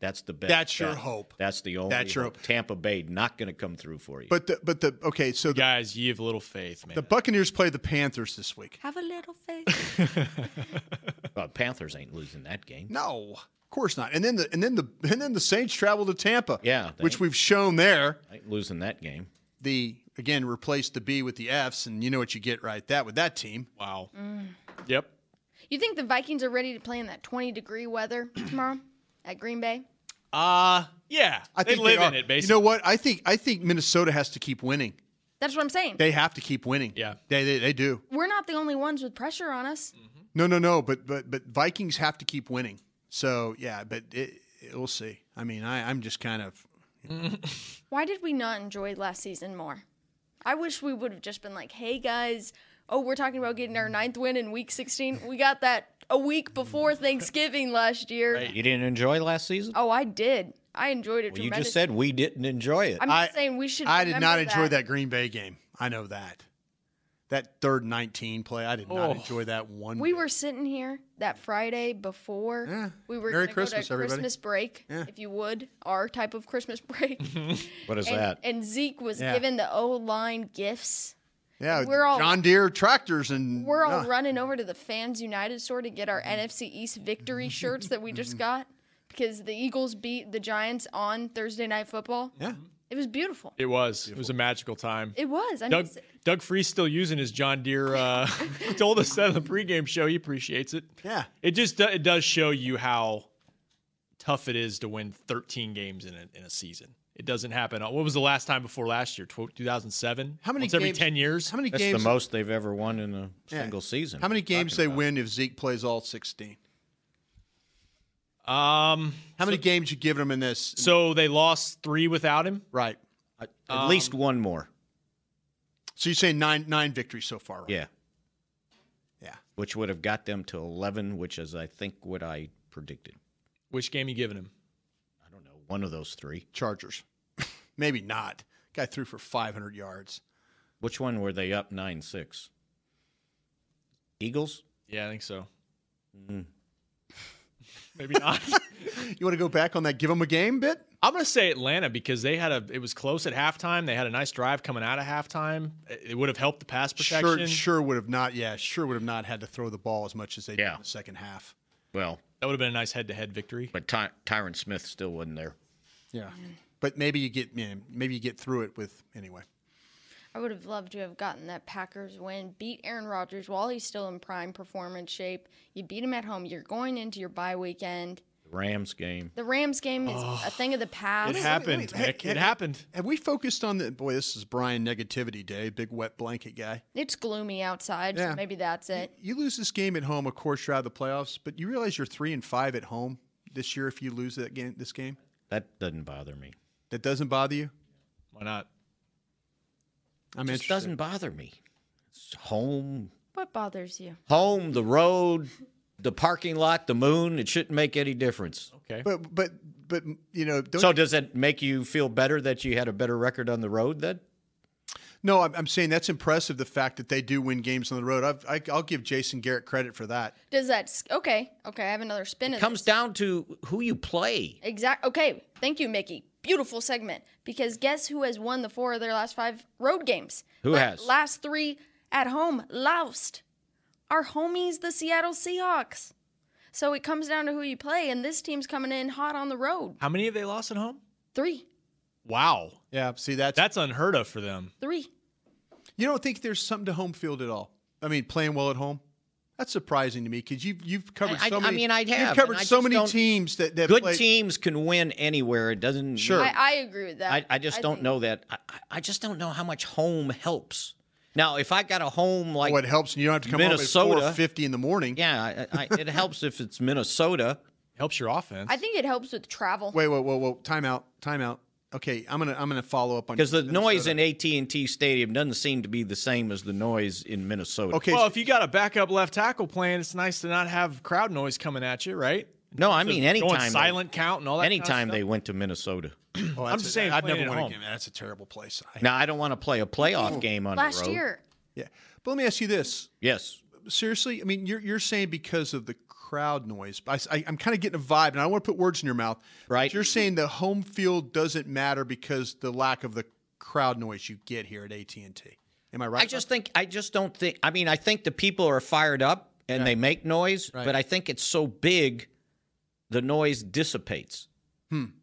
That's the best. That's your bet. hope. That's the only. That's your hope. hope. Tampa Bay not going to come through for you. But the but the okay, so the, Guys, ye have little faith, man. the Buccaneers play the Panthers this week. have a little faith. Uh, Panthers ain't losing that game. No, of course not. And then the and then the and then the Saints travel to Tampa. Yeah, they- which we've shown there. Ain't losing that game. The again replace the B with the Fs, and you know what you get right that with that team. wow. Mm. Yep. you think the Vikings are ready to play in that 20 degree weather tomorrow at Green Bay? Uh yeah. I they think live in are. it basically. You know what? I think I think Minnesota has to keep winning. That's what I'm saying. They have to keep winning. Yeah. they they, they do. We're not the only ones with pressure on us. No, no, no. But but but Vikings have to keep winning. So yeah, but it, it, we'll see. I mean, I I'm just kind of Why did we not enjoy last season more? I wish we would have just been like, hey guys, oh, we're talking about getting our ninth win in week 16. We got that a week before Thanksgiving last year. You didn't enjoy last season. Oh, I did. I enjoyed it well, you tremendously. just said we didn't enjoy it. I'm I- just saying we should. I did not remember enjoy that. Green Bay game. I know that. That third and 19 play, I did not Oh. enjoy that one. We bit. were sitting here that Friday before Yeah. we were Merry gonna Christmas, go to everybody. Christmas break, if you would, our type of Christmas break. what is and, that? and Zeke was Yeah. given the O line gifts. yeah, we're all- John Deere tractors and We're all uh, running over to the Fans United store to get our Mm-hmm. NFC East victory shirts that we just got because the Eagles beat the Giants on Thursday Night Football. Yeah. It was beautiful. it was. It was a magical time. It was. I Doug miss it. Doug Free's still using his John Deere. Uh, he told us that on the pregame show. He appreciates it. Yeah. It just do- it does show you how tough it is to win 13 games in a, in a season. It doesn't happen. What was the last time before last year? Tw- 2007. How many Once every games- 10 years? How many That's games the most they've ever won in a yeah. single season. How many games Talking they about it. win if Zeke plays all 16? Um. How many games you giving them in this? So they lost three without him. right. At least um, one more. So you're saying nine nine victories so far, right? Yeah. Yeah. Which would have got them to 11, which is, I think, what I predicted. Which game you giving him? I don't know. One of those three. Chargers. Maybe not. Guy threw for 500 yards. Which one were they up 9 6? Eagles? Yeah, I think so. Mm. Maybe not. You want to go back on that give them a game bit? I'm gonna say Atlanta because they had a. It was close at halftime. They had a nice drive coming out of halftime. It- It would have helped the pass protection. Sure, sure would have not. Yeah, sure would have not had to throw the ball as much as they did Yeah. in the second half. Well, That would have been a nice head-to-head victory. but Ty- Tyron Smith still wasn't there. Yeah, but maybe you get man, maybe you get through it with anyway. I would have loved to have gotten that Packers win, beat Aaron Rodgers while he's still in prime performance shape. You beat him at home. You're going into your bye weekend. The Rams game. The Rams game is a thing of the past. It happened, wait, heck, Nick. It heck. happened. Have we focused on the boy? This is Brian negativity day, big wet blanket guy. It's gloomy outside, Yeah. so maybe that's it. You lose this game at home, of course you're out of the playoffs. But you realize you're three and five at home this year if you lose that game. This game That doesn't bother me. that doesn't bother you. Why not? I'm It interested. doesn't bother me. It's home, What bothers you? home, the road, the parking lot, the moon. It shouldn't make any difference. Okay. But but but you know. Don't So does it make you feel better that you had a better record on the road then? no, I'm, I'm saying that's impressive. The fact that they do win games on the road, I've, I, I'll give Jason Garrett credit for that. Does that s- okay? Okay, I have another spin. It at comes this. down to who you play. exact. Okay, thank you, Mickey. Beautiful segment. Because guess who has won the four of their last five road games? Who La- has? Last three at home. Loused. Our homies, the Seattle Seahawks. So it comes down to who you play, and this team's coming in hot on the road. How many have they lost at home? Three. Wow. Yeah, see that's that's unheard of for them. Three. You don't think there's something to home field at all? I mean, playing well at home. That's surprising to me because you've you've covered I- I- so I many. mean, I have, You've and covered I so just many don't- teams that that Good play- teams can win anywhere. It doesn't. Sure. I, I agree with that. I, I just don't think- know that. I, I- I just don't know how much home helps. Now, if I got a home like What Oh, helps, and you don't have to come home at Minnesota, four fifty in the morning. yeah, I, I, it helps if it's Minnesota. Helps your offense. I think it helps with travel. Wait, whoa, whoa, whoa! Time out, time out. Okay, I'm gonna I'm gonna follow up on Because the Minnesota. noise in AT and T Stadium doesn't seem to be the same as the noise in Minnesota. Okay, well, if you got a backup left tackle playing, it's nice to not have crowd noise coming at you, right? No, I So mean going anytime. they- silent count and all that. kind of anytime stuff. they went to Minnesota. oh, I'm that's just a- saying I'd playing never at win home. again. That's a terrible place. I, Now I don't want to play a playoff game on the Last road. year, yeah, but let me ask you this: Yes. seriously, I mean, you're you're saying because of the crowd noise. I, am kind of getting a vibe, and I don't want to put words in your mouth. but Right. you're saying the home field doesn't matter because the lack of the crowd noise you get here at AT and T. Am I right? I just think I just don't think I mean I think the people are fired up and they make noise, but I think it's so big the noise dissipates.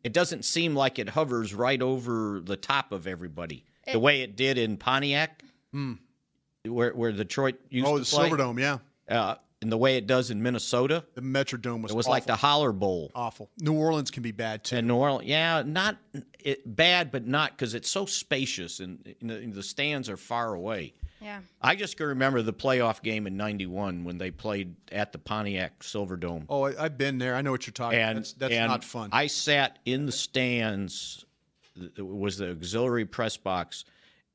It doesn't seem like it hovers right over the top of everybody the way it did in Pontiac, where where Detroit used oh, to the play, Silverdome, yeah. uh, and the way it does in Minnesota. The Metrodome was It was awful, like the Holler Bowl. awful. New Orleans can be bad too. And New Orleans, yeah, not it, bad, but not because it's so spacious and, and the, the stands are far away. yeah. I just can remember the playoff game in '91 when they played at the Pontiac Silverdome, Oh, I, I've been there. I know what you're talking. about. and That's, that's and not fun. I sat in the stands. th- It was the auxiliary press box,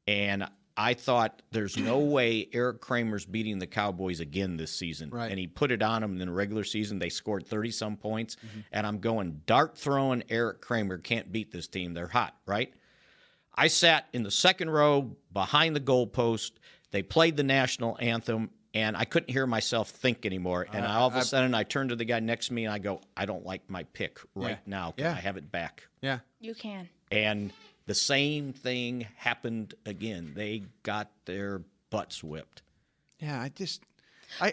and I thought there's no way Eric Kramer's beating the Cowboys again this season. Right. And he put it on them in the regular season. They scored 30 some points, Mm-hmm. and I'm going dart throwing Eric Kramer can't beat this team. They're hot, right? I sat in the second row behind the goalpost. They played the national anthem, and I couldn't hear myself think anymore. Uh, And all of a sudden, I turned to the guy next to me and I go, "I don't like my pick right now. Can Yeah. I have it back?" yeah. You can. And the same thing happened again. They got their butts whipped. Yeah, I just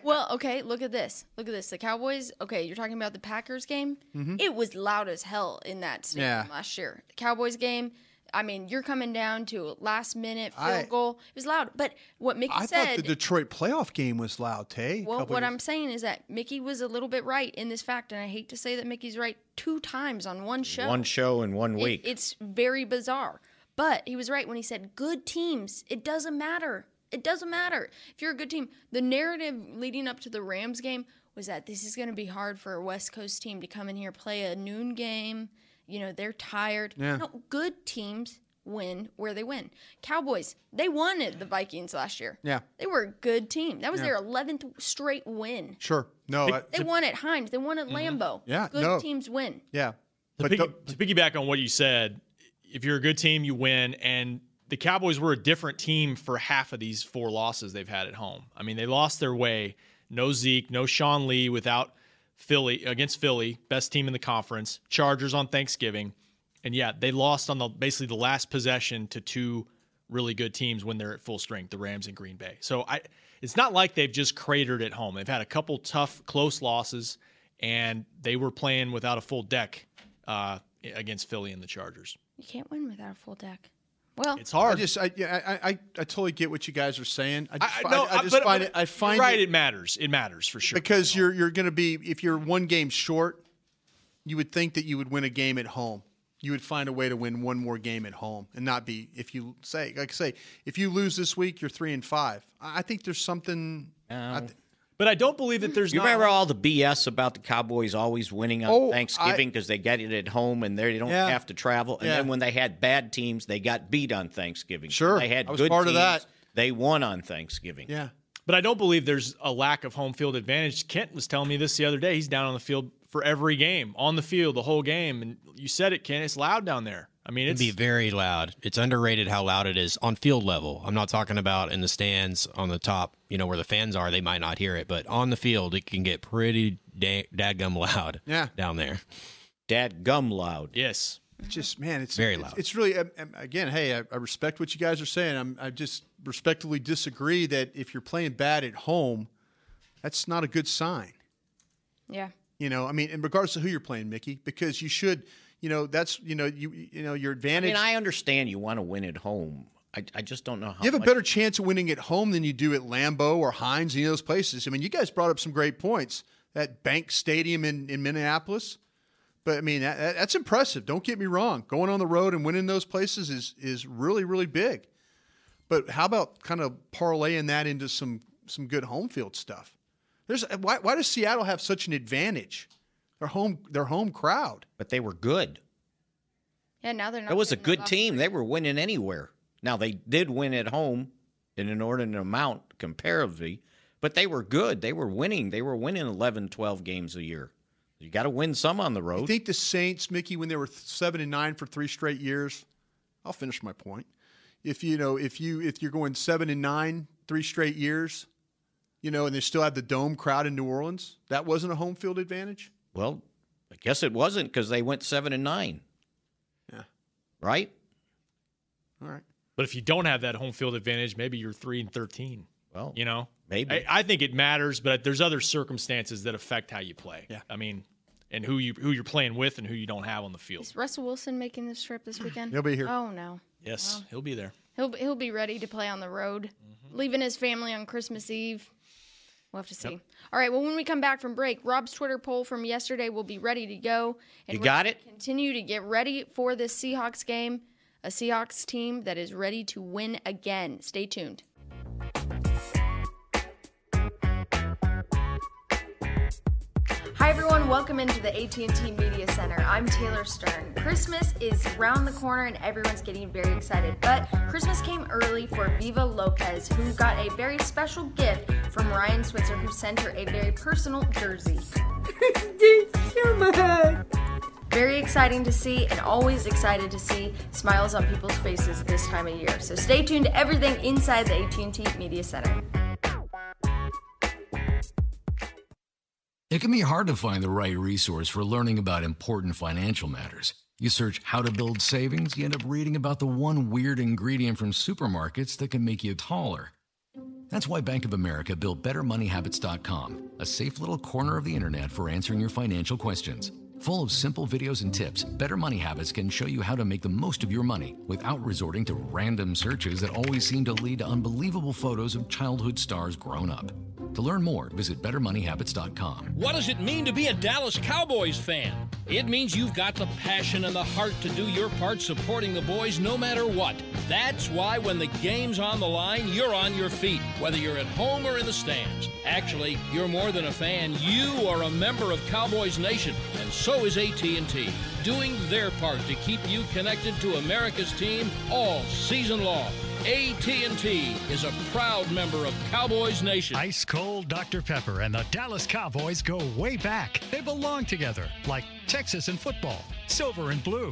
Well, okay, look at this. Look at this. The Cowboys, okay, you're talking about the Packers game. It was loud as hell in that stadium Mm-hmm. Yeah. last year. The Cowboys game, I mean, you're coming down to a last minute field I- goal. It was loud. But what Mickey I said thought the Detroit playoff game was loud, Tay. well, Couple what years- I'm saying is that Mickey was a little bit right in this fact, and I hate to say that Mickey's right two times on one show. One show in one It- week. it's very bizarre. But he was right when he said good teams. It doesn't matter. It doesn't matter. If you're a good team, the narrative leading up to the Rams game was that this is going to be hard for a West Coast team to come in here play a noon game. You know, they're tired. No, good teams win where they win. Cowboys, they won at the Vikings last year. Yeah. They were a good team. That was their 11th straight win. sure. No, I, They won at Hines. They won at Lambeau. Mm-hmm. Yeah, Good no. teams win. yeah, To, but piggy, the- to piggyback on what you said, if you're a good team, you win. And the Cowboys were a different team for half of these four losses they've had at home. I mean, they lost their way. No Zeke, no Sean Lee without Philly against Philly, best team in the conference. Chargers on Thanksgiving, and yeah, they lost on the basically the last possession to two really good teams when they're at full strength, the Rams and Green Bay. So I, it's not like they've just cratered at home. They've had a couple tough close losses, and they were playing without a full deck uh, against Philly and the Chargers. You can't win without a full deck. Well, It's I hard. just I, yeah, I I I totally get what you guys are saying. I just, I- fi- I- no, I, just but- find but it I you're find right. it, It matters. It matters for sure. because you're you're going to be if you're one game short, you would think that you would win a game at home. You would find a way to win one more game at home and not be if you say like I say if you lose this week you're three and five. I I think there's something. I th- but I don't believe that there's You not. remember all the BS about the Cowboys always winning on Oh, Thanksgiving because they got it at home and they don't Yeah. have to travel. And Yeah. then when they had bad teams, they got beat on Thanksgiving. Sure. they had I was good part of teams. that. They won on Thanksgiving. yeah, But I don't believe there's a lack of home field advantage. Kent was telling me this the other day. He's down on the field for every game, on the field the whole game. And you said it, Kent. It's loud down there. I mean, It'd it's be very loud. It's underrated how loud it is on field level. I'm not talking about in the stands on the top, you know, where the fans are. They might not hear it, but on the field, it can get pretty da- dadgum loud. Yeah. down there. Dad gum loud. yes. It's just man, it's Very it's- loud. It's, really um, um, again, hey, I, I respect what you guys are saying. I'm, I just respectfully disagree that if you're playing bad at home, that's not a good sign. yeah. You know, I mean, in regards to who you're playing, Mickey, because you should you know that's you know you you know your I advantage. mean, I understand you want to win at home. I, I just don't know how. you have a much- better chance of winning at home than you do at Lambeau or Heinz, any of those places. I mean, you guys brought up some great points. That Bank Stadium in, in Minneapolis, but I mean that, that- that's impressive. Don't get me wrong. Going on the road and winning those places is is really really big. But how about kind of parlaying that into some some good home field stuff? There's why, why does Seattle have such an advantage? Their home their home crowd. But they were good. Yeah, now they're not. That was a getting good off. team. They were winning anywhere. Now they did win at home in an inordinate amount comparatively, but they were good. They were winning. They were winning 11, 12 games a year. You got to win some on the road. You think the Saints, Mickey, when they were th- seven and nine for three straight years? I'll finish my point. If you know, if you if you're going seven and nine three straight years, you know, and they still had the dome crowd in New Orleans, that wasn't a home field advantage. Well, I guess it wasn't because they went seven and nine. Yeah. Right. All right. But if you don't have that home field advantage, maybe you're three and thirteen. Well, you know, maybe. I, I think it matters, but there's other circumstances that affect how you play. Yeah, I mean, and who you who you're playing with and who you don't have on the field. Is Russell Wilson making this trip this weekend? He'll be here. Oh no, Yes, he'll be there. he'll be- he'll be ready to play on the road, Mm-hmm. leaving his family on Christmas Eve. We'll have to see. All right. Well, when we come back from break, Rob's Twitter poll from yesterday will be ready to go. You we're got gonna it? Continue to get ready for this Seahawks game, a Seahawks team that is ready to win again. Stay tuned. Hi everyone, welcome into the AT&T Media Center. I'm Taylor Stern. Christmas is round the corner and everyone's getting very excited, but Christmas came early for Viva Lopez, who got a very special gift from Ryan Switzer, who sent her a very personal jersey. Very exciting to see and always excited to see smiles on people's faces this time of year. So stay tuned to everything inside the AT&T Media Center. It can be hard to find the right resource for learning about important financial matters. You search how to build savings, you end up reading about the one weird ingredient from supermarkets that can make you taller. That's why Bank of America built BetterMoneyHabits.com, a safe little corner of the internet for answering your financial questions. Full of simple videos and tips, Better Money Habits can show you how to make the most of your money without resorting to random searches that always seem to lead to unbelievable photos of childhood stars grown up. To learn more, visit BetterMoneyHabits.com. What does it mean to be a Dallas Cowboys fan? It means you've got the passion and the heart to do your part supporting the boys no matter what. That's why when the game's on the line, you're on your feet, whether you're at home or in the stands. Actually, you're more than a fan. You are a member of Cowboys Nation, and so is AT&T, doing their part to keep you connected to America's team all season long. AT&T is a proud member of Cowboys Nation. Ice Cold Dr. Pepper and the Dallas Cowboys go way back. They belong together, like Texas and football, silver and blue,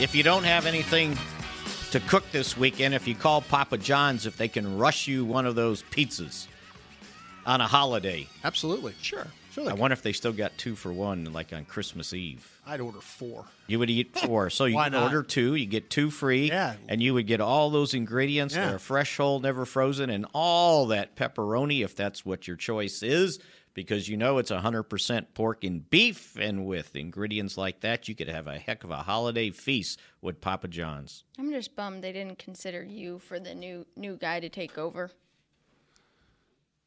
if you don't have anything to cook this weekend, if you call Papa John's, if they can rush you one of those pizzas on a holiday. Absolutely. Sure. Sure. they I wonder if they still got two for one, like on Christmas Eve. I'd order four. You would eat four, so you Hmm. Why could not? order two, you get two free, Yeah. and you would get all those ingredients Yeah. that are fresh, whole, never frozen, and all that pepperoni if that's what your choice is, because you know it's hundred percent pork and beef, and with ingredients like that, you could have a heck of a holiday feast with Papa John's. I'm just bummed they didn't consider you for the new new guy to take over.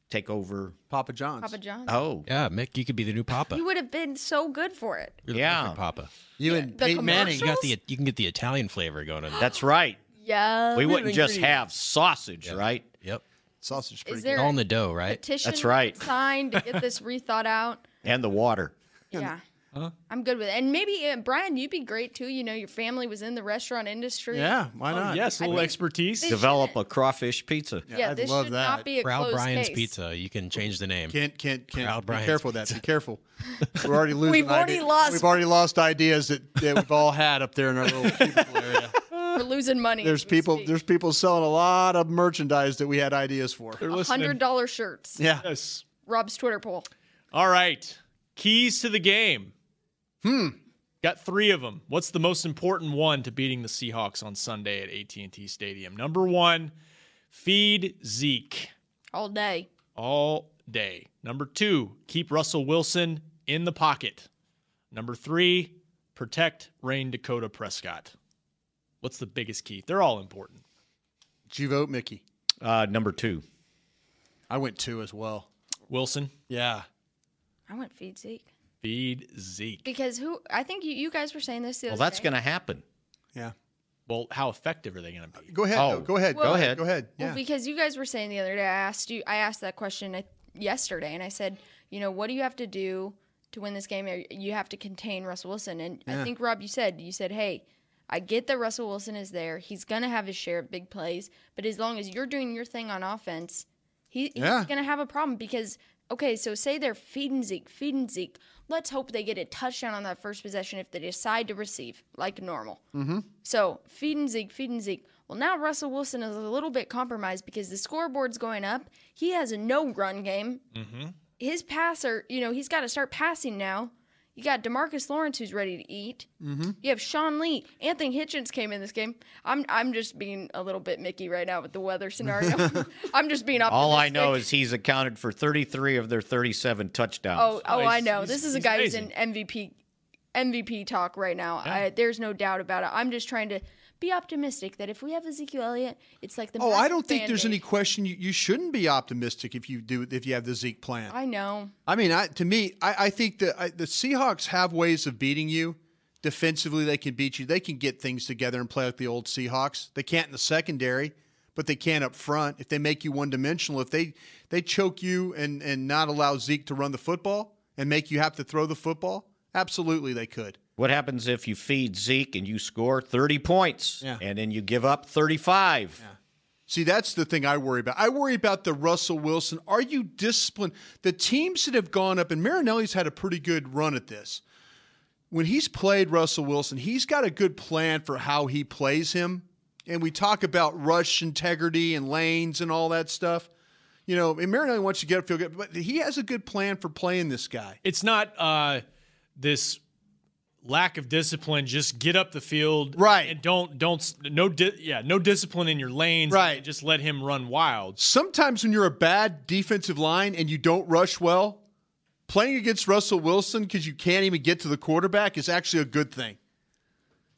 Take over. Papa John's. Papa John's. Oh, yeah, Mick, you could be the new Papa. You would have been so good for it. You're yeah, Papa. You and The Peyton Manning. You got the commercials? you can get the Italian flavor going on. That's right. Yeah. we wouldn't just have sausage, right? Yep. Sausage Is there on the dough, right? petition That's right. signed to get this rethought out. And the water. Yeah. I'm good with it. And maybe, uh, Brian, you'd be great too. You know, your family was in the restaurant industry. Oh, Uh, yes, a little expertise. they Develop a crawfish pizza. Yeah, Yeah, I'd this love should not that. be a Proud closed Brian's case. Pizza. You can change the name. Can't can't can't. Proud be Brian's careful with that. Be careful. We're already losing. We've already ideas. lost- We've already lost ideas that, that we've all had up there in our little. We're losing money. there's people. There's people selling a lot of merchandise that we had ideas for. Hundred dollar shirts. Yeah. Yes. Rob's Twitter poll. All right. Keys to the game. Hmm. Got three of them. What's the most important one to beating the Seahawks on Sunday at AT&T Stadium? Number one, feed Zeke All day. all day. Number two, keep Russell Wilson in the pocket. Number three, protect Rain Dakota Prescott. What's the biggest key? They're all important. Did you vote Mickey? Uh, number two. I went two as well. Wilson. Yeah. I went feed Zeke Feed Zeke. because who? I think you, you guys were saying this. The Well, other that's day. going to happen. Yeah. Well, how effective are they going to be? Go ahead. though. Go ahead. Well- Oh. go ahead. Go ahead. Well, because you guys were saying the other day, I asked you, I asked that question uh, yesterday, and I said, you know, what do you have to do to win this game? You have to contain Russell Wilson, and I Yeah. think Rob, you said, you said, hey, I get that Russell Wilson is there; he's gonna have his share of big plays, but as long as you're doing your thing on offense, he, Yeah. he's gonna have a problem because okay, so say they're feeding Zeke, feeding Zeke. Let's hope they get a touchdown on that first possession if they decide to receive like normal. Mm-hmm. So feed and Zeke, feed and Zeke. Well, now Russell Wilson is a little bit compromised because the scoreboard's going up. He has a no run game. Mm-hmm. His passer, you know, he's got to start passing now. You got Demarcus Lawrence who's ready to eat. Mm-hmm. You have Sean Lee. Anthony Hitchens came in this game. I'm I'm just being a little bit Mickey right now with the weather scenario. I'm just being optimistic. All I know is he's accounted for 33 of their 37 touchdowns. Oh, oh, I know. he's- This is a he's guy who's in MVP MVP talk right now. I, there's no doubt about it. I'm just trying to be optimistic that if we have Ezekiel Elliott, it's like the Oh, I magic don't think band there's aid. any question. You, you shouldn't be optimistic if you do if you have the Zeke plan. I know. I mean, I, to me, I, I think the I, the Seahawks have ways of beating you. Defensively, they can beat you. They can get things together and play like the old Seahawks. They can't in the secondary, but they can up front. If they make you one dimensional, if they they choke you and and not allow Zeke to run the football and make you have to throw the football, absolutely they could. What happens if you feed Zeke and you score 30 points and then you give up 35? See, that's the thing I worry about. I worry about the Russell Wilson. Are you disciplined? The teams that have gone up, and Marinelli's had a pretty good run at this. When he's played Russell Wilson, he's got a good plan for how he plays him. And we talk about rush integrity and lanes and all that stuff. You know, and Marinelli wants you to get up, feel good, but he has a good plan for playing this guy. It's not uh, this lack of discipline. Just get up the field, right? And don't don't no di- yeah no discipline in your lanes, right? Just let him run wild. Sometimes when you're a bad defensive line and you don't rush well, playing against Russell Wilson because you can't even get to the quarterback is actually a good thing.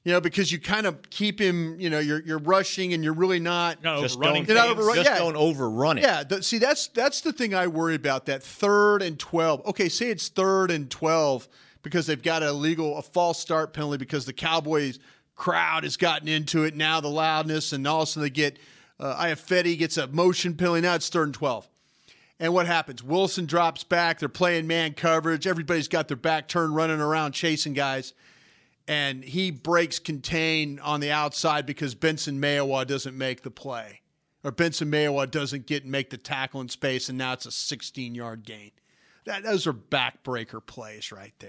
You know, because you kind of keep him. You know, you're you're rushing and you're really not Just don't, You're not overrun- just yeah. don't overrun it. Yeah, th- see that's that's the thing I worry about that third and 12. Okay, say it's third and 12 because they've got a legal a false start penalty because the Cowboys crowd has gotten into it now the loudness and all of a sudden they get uh, Iafetti gets a motion penalty now it's third and 12. And what happens? Wilson drops back, they're playing man coverage, everybody's got their back turned running around chasing guys. And he breaks contain on the outside because Benson Mayowa doesn't make the play or Benson Mayowa doesn't get and make the tackle in space, and now it's a 16 yard gain. That, those are backbreaker plays right there.